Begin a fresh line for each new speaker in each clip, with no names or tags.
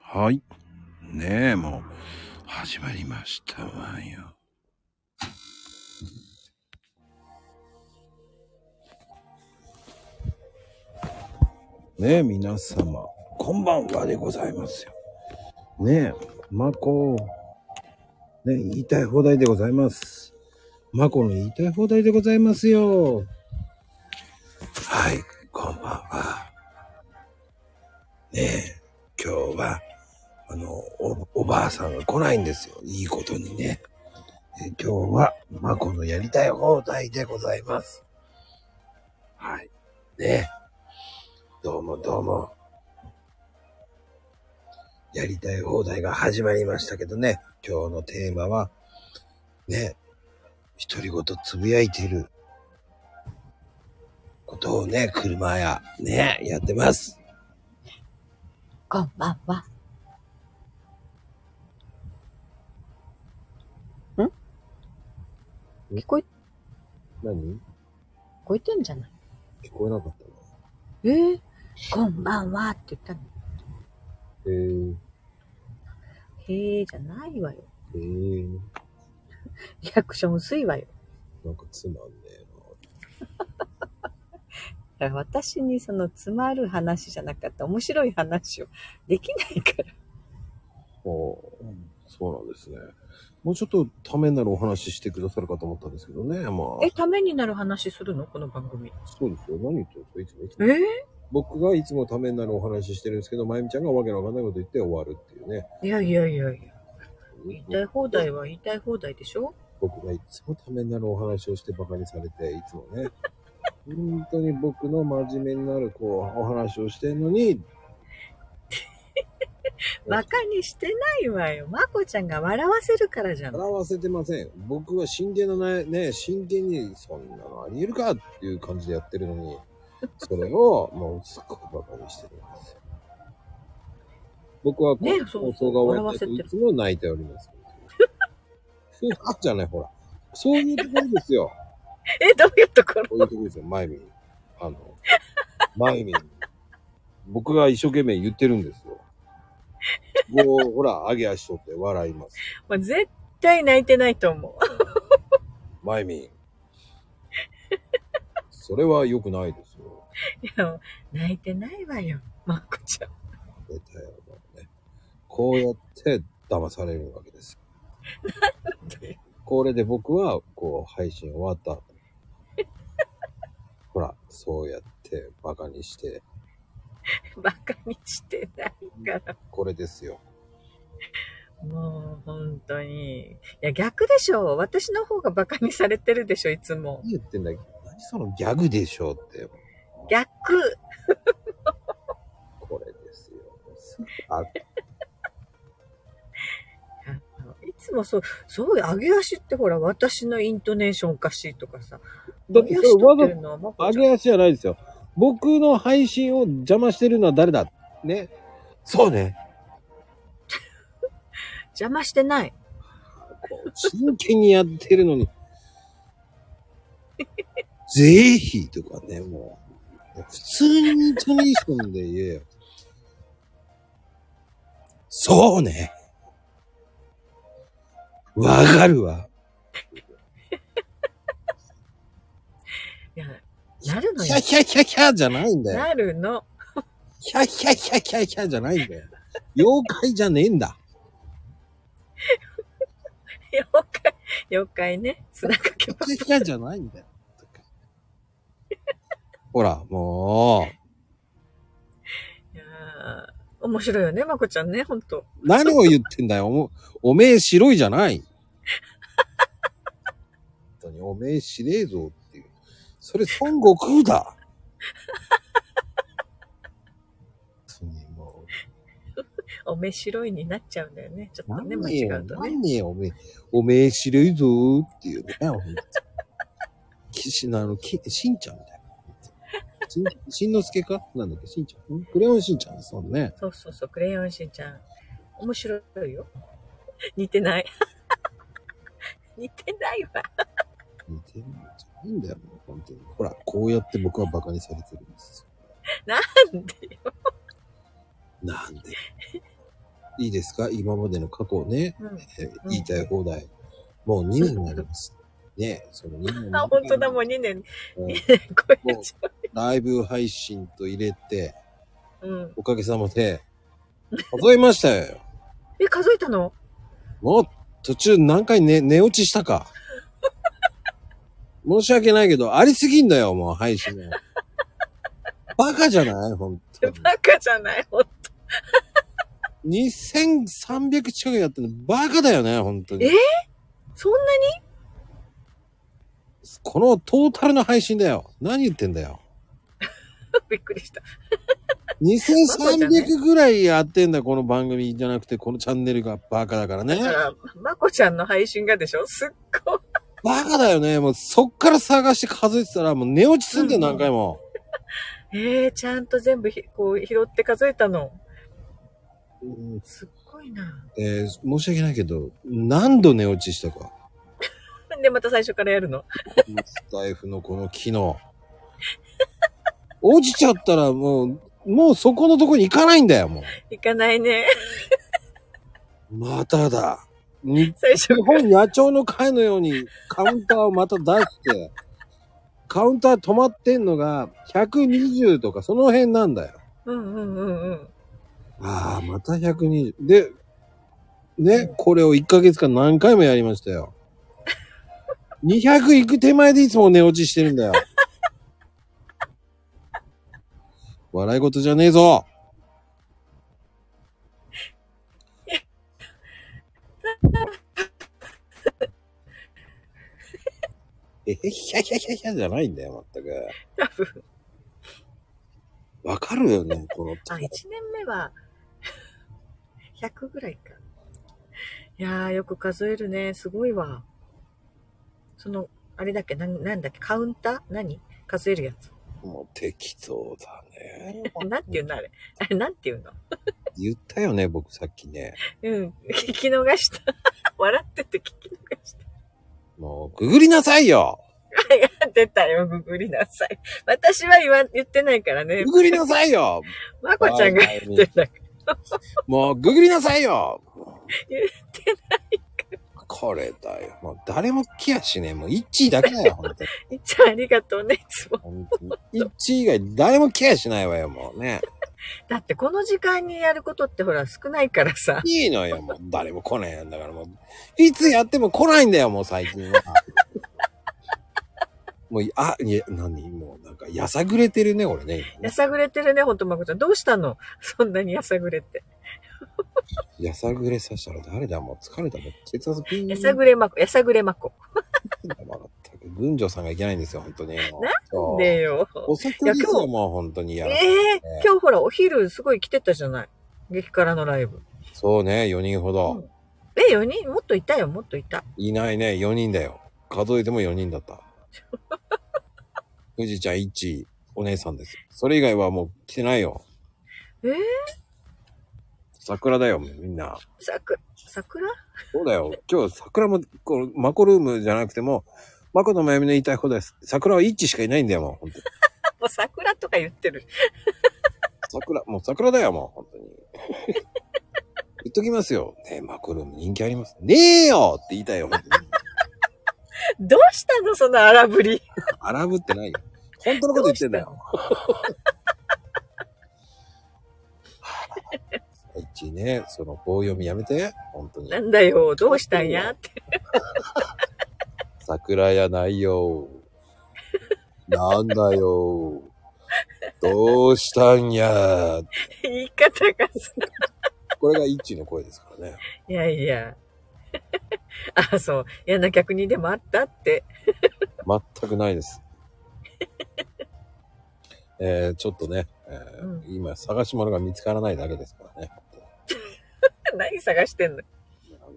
はい。ねえ、もう、始まりましたわよ。ねえ、皆様、こんばんはでございますよ。ねえ、まこ、ねえ、言いたい放題でございます。まこの言いたい放題でございますよ。はい、こんばんは。ねえ、今日は、あのお、おばあさんが来ないんですよ。いいことにね。え今日は、まこのやりたい放題でございます。はい。ね。どうもどうも。やりたい放題が始まりましたけどね。今日のテーマは、ね、独り言つぶやいていることをね、車や、ね、やってます。
こんばんは。聞こえ、
何
聞こえてんじゃない
聞こえなかったの
ええー、こんばんはって言ったの。
へえー。
へえー、じゃないわよ。
へえー。
リアクション薄いわよ。
なんかつまんね
えな。私にそのつまる話じゃなかった面白い話をできないから。
おそうなんですね。もうちょっとためになるお話ししてくださるかと思ったんですけどね、ま
あ。え、ためになる話するのこの番組。
そうですよ。何言ってるんですかいつ
も。えー、
僕がいつもためになるお話ししてるんですけど、まゆみちゃんがわけのわかんないこと言って終わるっていうね。
いやいやいやいや。言いたい放題は言いたい放題でしょ
僕がいつもためになるお話をしてバカにされて、いつもね。本当に僕の真面目になるこうお話をしてんのに、
バカにしてないわよ。まこちゃんが笑わせるからじゃん。
笑わせてません。僕は真剣のない、ね、真剣に、そんなのありえるかっていう感じでやってるの に、それを、もうすっごくバカにしてるんですよ。僕は、
ね、放
送が終わったといつも泣いております。そうあっじゃない、ほら。そういうところですよ。
え、どういうところ
そういうところですよ、まゆみん。あの、まゆみん。僕が一生懸命言ってるんですよ。もう、ほら、上げ足取って笑います。
まあ、絶対泣いてないと思
う。マイミン。それは良くないですよ。
いや、泣いてないわよ、マコちゃん。
出たよ、ね。こうやって騙されるわけです。
なんで
これで僕は、こう、配信終わった後。ほら、そうやって馬鹿にして、
バカにしてないから。
これですよ。
もう本当に。いや、逆でしょ。私の方がバカにされてるでしょ、いつも。
何言ってんだ何そのギャグでしょうって。
逆
これですよ。あ
いつもそう、そういう上げ足ってほら、私のイントネーションおかしいとかさ。
だってそれわざ上げ足じゃないですよ。僕の配信を邪魔してるのは誰だね。そうね。
邪魔してない。
真剣にやってるのに。 ぜひとかね、もう。普通にイントネーションで言えよ。そうね。わかるわ。
いやなるの
よ。キャキャキャキャじゃないんだよ。
なるの。
キャキャキャキャキャじゃないんだよ。妖怪じゃねえんだ。
妖怪、妖怪ね。砂かけ
ば。キャキャじゃないんだよ。ほら、も
う。いや面白いよね、まこちゃんね、ほんと。
何を言ってんだよ。おおめえ白いじゃない。本当に、おめえしねえぞ。それ孫悟空だ。
おめ白いになっちゃうんだよね。ちょっとね、間違うとね。
何おめ、おめ白いぞーっていうね。岸のあの、きしんちゃんだよ。しん、しんのすけかなんだっけしんちゃん。クレヨンしんちゃんですもんね。
そうそうそう、クレヨンしんちゃん。面白いよ。 似てない。 似てないわ。
似てるんじゃないんだよ、もう本当に。ほら、こうやって僕は馬鹿にされ てるんです
よ。なんでよ。
なんで。いいですか今までの過去ね、
うん。
えー
うん
言いたい放題。もう2年になります。ね、その2年
あ、本当だ、もう2年
うん
超えちゃ
ライブ配信と入れて、
う。うん。
おかげさまで、数えましたよ。
え、数えたの
もう途中何回寝、寝落ちしたか。 申し訳ないけど、ありすぎんだよ、もう配信が。バカじゃない本当に。
バカじゃないほんと
2300近くやってるのバカだよね、本当に
え。そんなに
このトータルの配信だよ。何言ってんだよ。
びっくりした。
2300ぐらいやってんだ、この番組じゃなくて、このチャンネルがバカだからね
だ。から、まこちゃんの配信がでしょすっごい。
バカだよね。もうそっから探して数えてたら、もう寝落ちすんだよ、
うん
何回も。
えー、ちゃんと全部ひこう拾って数えたの。
うん
すっごいな。
えー申し訳ないけど、何度寝落ちしたか。
で、また最初からやるの。
スタイフのこの機能。 落ちちゃったらもう、もうそこのとこに行かないんだよ、も
いかないね。
う。まただ。日
最初から。
本野鳥の会のようにカウンターをまた出して、カウンター止まってんのが120とかその辺なんだよ。
うんうんうんうん。
ああ、また120。で、ね、これを1ヶ月間何回もやりましたよ。200行く手前でいつも寝落ちしてるんだよ。笑い事じゃねえぞ。えへひゃひゃひゃひゃじゃないんだよ、全く。
多分。
わかるよね、この。
あ、1年目は、100ぐらいか。いやー、よく数えるね。すごいわ。その、あれだっけなんなんだっけカウンター何数えるやつ。
もう適当だね。
なんていうのあれ。あれ、なんていうの
言ったよね、僕さっきね。
うん。聞き逃した。 笑ってて聞き逃した。
もう、ググりなさいよ
出たよ、ググりなさい。私は言わ、言ってないからね
グ。グりなさい よ
まこちゃんが言ってた。
もう、ググりなさいよ
言って
これだよ。もう、誰も来やしねえ。もう、1位だけだよ、本当に。
ない。じゃあありがとうね、いつも。
本当に。1位以外、誰も来やしないわよ、もうね。
だってこの時間にやることってほら少ないからさ。
いいのよ、もう。誰も来ないんだから、もう。いつやっても来ないんだよ、もう、最近 は。もう、あ、いや、何もう、なんか、やさぐれてるね、俺ね。今
や
ね
さぐれてるね、ほんとまこちゃん。どうしたのそんなにやさぐれて。
やさぐれさしたら誰だもう疲れたもう血圧ピン
やさぐれまこ、やさぐれまこ。
全く群女さんがいけないんですよ、本当に。なん
でよ。
お酒です
いや今
よ、
日
もう本当に。い
え
や
え、今日ほらお昼すごい来てたじゃない。激辛のライブ。
そうね、4人ほど。
え、4人もっといたよ、もっといた。
いないね、4人だよ。数えても4人だった。富士ちゃん1、お姉さんです。それ以外はもう来てないよ。
えー
桜だよ、みんな。
さく、桜
そうだよ。今日桜も、こうマコルームじゃなくても、マコとまゆみの言いたいことです。桜は1しかいないんだよ、もう本当に。
もう桜とか言ってる。
桜、もう桜だよ、もう本当に。 言っときますよ。ねえ、マコルーム人気あります。ねえよって言いたいよ、本当に。
どうしたのその荒ぶり。
荒ぶってないよ。本当のこと言ってんだよ。一ね、その棒読みやめて、本当に
な。んだよ、どうしたんやって。
桜やないよ。なんだよ。どうしたんや。
言い方がさ。
これが一の声ですからね。
いやいや。あ、そう。嫌な客にでもあったって。
全くないです。えー、ちょっとね、えー
うん
今探し物が見つからないだけですからね。
何探してんの
あの、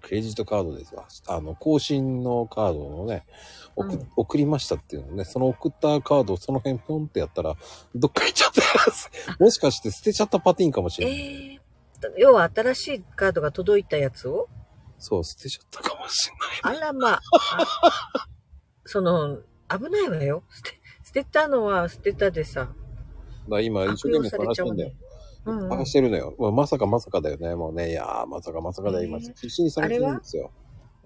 クレジットカードですわ。あの、更新のカードのね、送,、
うん
送りましたっていうのね、その送ったカードをその辺ポンってやったら、どっか行っちゃったやつもしかして捨てちゃったパティーンかもしれない。
ええ要は新しいカードが届いたやつ を
そう、捨てちゃったかもしれない。
あらまあ。あその、危ないわよ。捨て、捨てたのは捨てたでさ。
だから今一生
悪
懸
用
命
され
探し
ちゃ
て
うん
だよ
ね。。うん、うん
探。してるのよ。まあまさかまさかだよね。もうね、いやー、まさかまさかだよ。今、
えー
必死に探してるんですよ。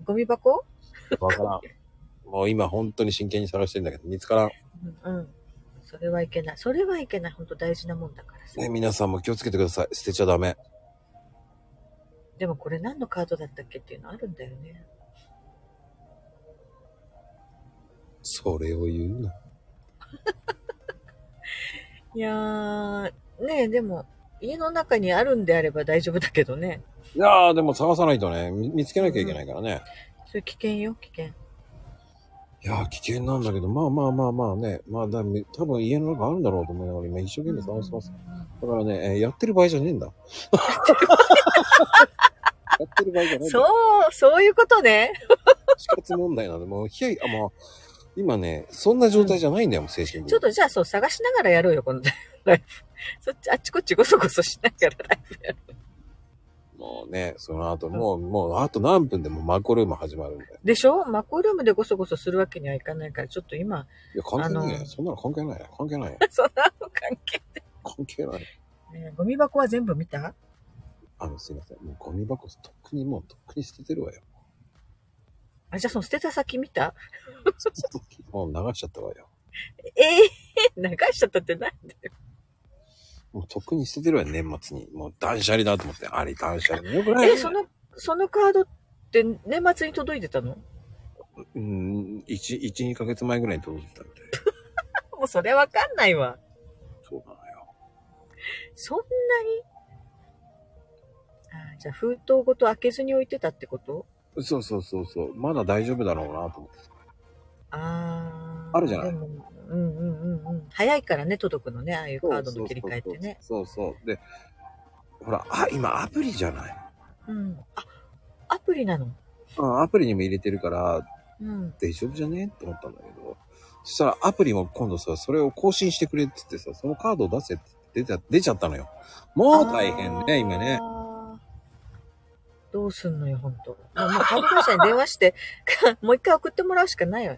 ゴミ箱
わからん。もう今、本当に真剣に探してるんだけど、見つからん。
うん、うん。それはいけない。それはいけない。本当大事なもんだからさ。
ね、皆さんも気をつけてください。捨てちゃダメ。
でもこれ何のカードだったっけっていうのあるんだよね。
それを言うな。
いやー、ねえ、でも、家の中にあるんであれば大丈夫だけどね。
いやー、でも探さないとね、み見つけなきゃいけないからね。
それ危険よ、危険。
いやー、危険なんだけど、まあまあまあまあね。まあ、だ多分家の中あるんだろうと思いながら、今一生懸命探してます。だからね、えーやってる場合じゃねえん だ。やってる場合じゃないんだ。
そう、そういうことね。
死活問題なんで、もう、ひやい、あ、もう、今ね、そんな状態じゃないんだよ、もう精神的
ちょっ
に。
とじゃあそう、探しながらやろうよ、この ライブ。そっち、あっちこっちごそごそしながらライブやろ
もうね、その後、もう、もう、あと何分でもうマコルーム始まるんだよ。
う。でしょマコルームでごそごそするわけにはいかないから、ちょっと今、
いや、関係ない
あ
よ。
の
そんなの関係ないよ。関係ないよ。
そんなの関係
関係ない。
ねえゴミ箱は全部見た
あの、すいません。もうゴミ箱、とっくにもう、とっくに捨ててるわよ。
あ、じゃあその捨てた先見た
もう流しちゃったわよ。
ええー、流しちゃったってなんだよ。
もうとっくに捨ててるわよ、年末に。もう断捨離だと思って。あれ断捨離。よくないよ
え、その、そのカードって年末に届いてたの
うん、1、1、2ヶ月前ぐらいに届いてたみたい。
もうそれわかんないわ。
そうなのよ。
そんなにあじゃあ封筒ごと開けずに置いてたってこと
そうそうそうそう。まだ大丈夫だろうなと思って。
ああ。
あるじゃない
でもうんうんうんうん。早いからね、届くのね、ああいうカードの切り替えってね。
そうそうそうそう。で、ほら、あ、今アプリじゃない。
うん。あ、アプリなの。
あアプリにも入れてるから、
うん。
大丈夫じゃねって思ったんだけど。そしたらアプリも今度さ、それを更新してくれって言ってさ、そのカードを出せって出ちゃ出ちゃったのよ。もう大変ね、今ね。
あー。どうすんのよ、ほんと。もうもう株会社に電話して、 もう一回送ってもらうしかないよ。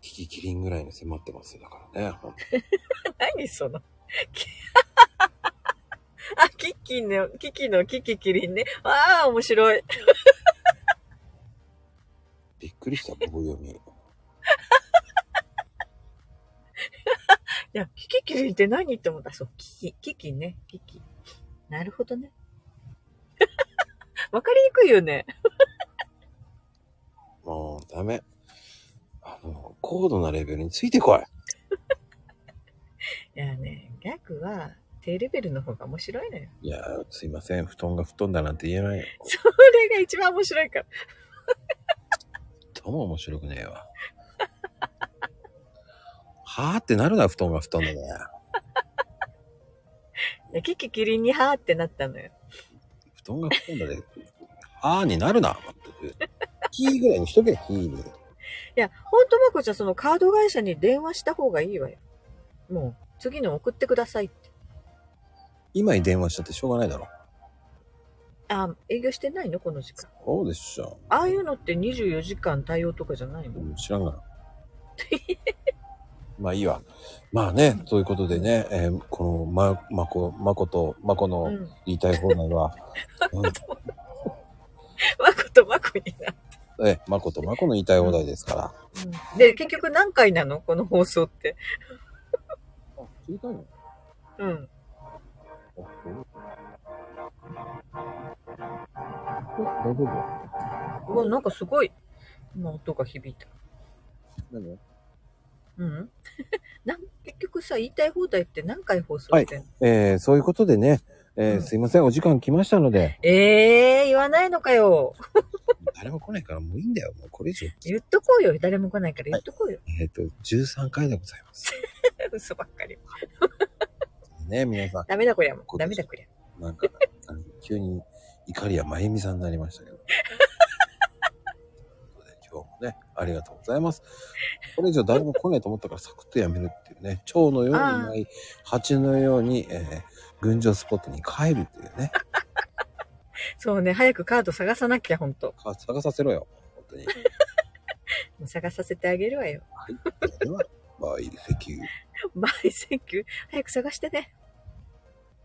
キキキリンぐらいに迫ってますよだからね。ほんと
何その。 きあ、キッキーの、キキのキキキリンね。ああ、面白い。
びっくりした、棒読み。
いや、キキキリンって何って思った。そう、キキ、キキね、キキ。なるほど ね。わかりにくいよね。
もうダメ。あの、高度なレベルについてこい。
いやね、ギャグは低レベルの方が面白いのよ。
いやー、すいません。布団が布団だなんて言えないよ。
それが一番面白いから。
どうも面白くねえ わ。はーってなるな、布団が布団だね。
いやキキキリンにはーってなったのよ。
布団が布団だね。はーになるな、全く。キーぐらいにしとけ、キーに。
いや、ほんとまこちゃん、そのカード会社に電話した方がいいわよ。もう、次の送ってくださいって。
今に電話しちゃってしょうがないだろ。
あ、営業してないのこの時間。
そうでしょ。
ああいうのって24時間対応とかじゃないの
うん知らんがな。 まあいいわ。まあね、ということでね、えーこの、ま、まこ、まこと、まこ
う
の
ん。
言いたい放題は、
まことまこにな。
えー、まこと、まこの言いたい放題ですから。
うん、で、結局何回なのこの放送って。
あ、聞いたの
うん。
あ大丈夫
うわ、なんかすごい、今音が響いた。
何
うん。 なん結局さ、言いたい放題って何回放送してんの、
えー、そういうことでね、えー
うん
すいません、お時間来ましたので、
ええー、言わないのかよ。
誰も来ないからもういいんだよ、もうこれ以上。
言っとこうよ。誰も来ないから言っとこうよ。
えっ、と、13回でございます。
嘘ばっかり。
ね、皆さん、
ダメだこりゃもう。ダメだこりゃ。
なんか、あの急に怒りやまゆみさんになりましたけど。ということで今日もね、ありがとうございます。これ以上誰も来ないと思ったからサクッとやめるっていうね、蝶のように舞い、蜂のように、えー、群青スポットに帰るっていうね、
そうね、早くカード探さなきゃ、ほんと。
か探させろよ。本当に。
もう探させてあげるわよ。
はい。では、バイセキュー。
バイセンキュー。早く探してね。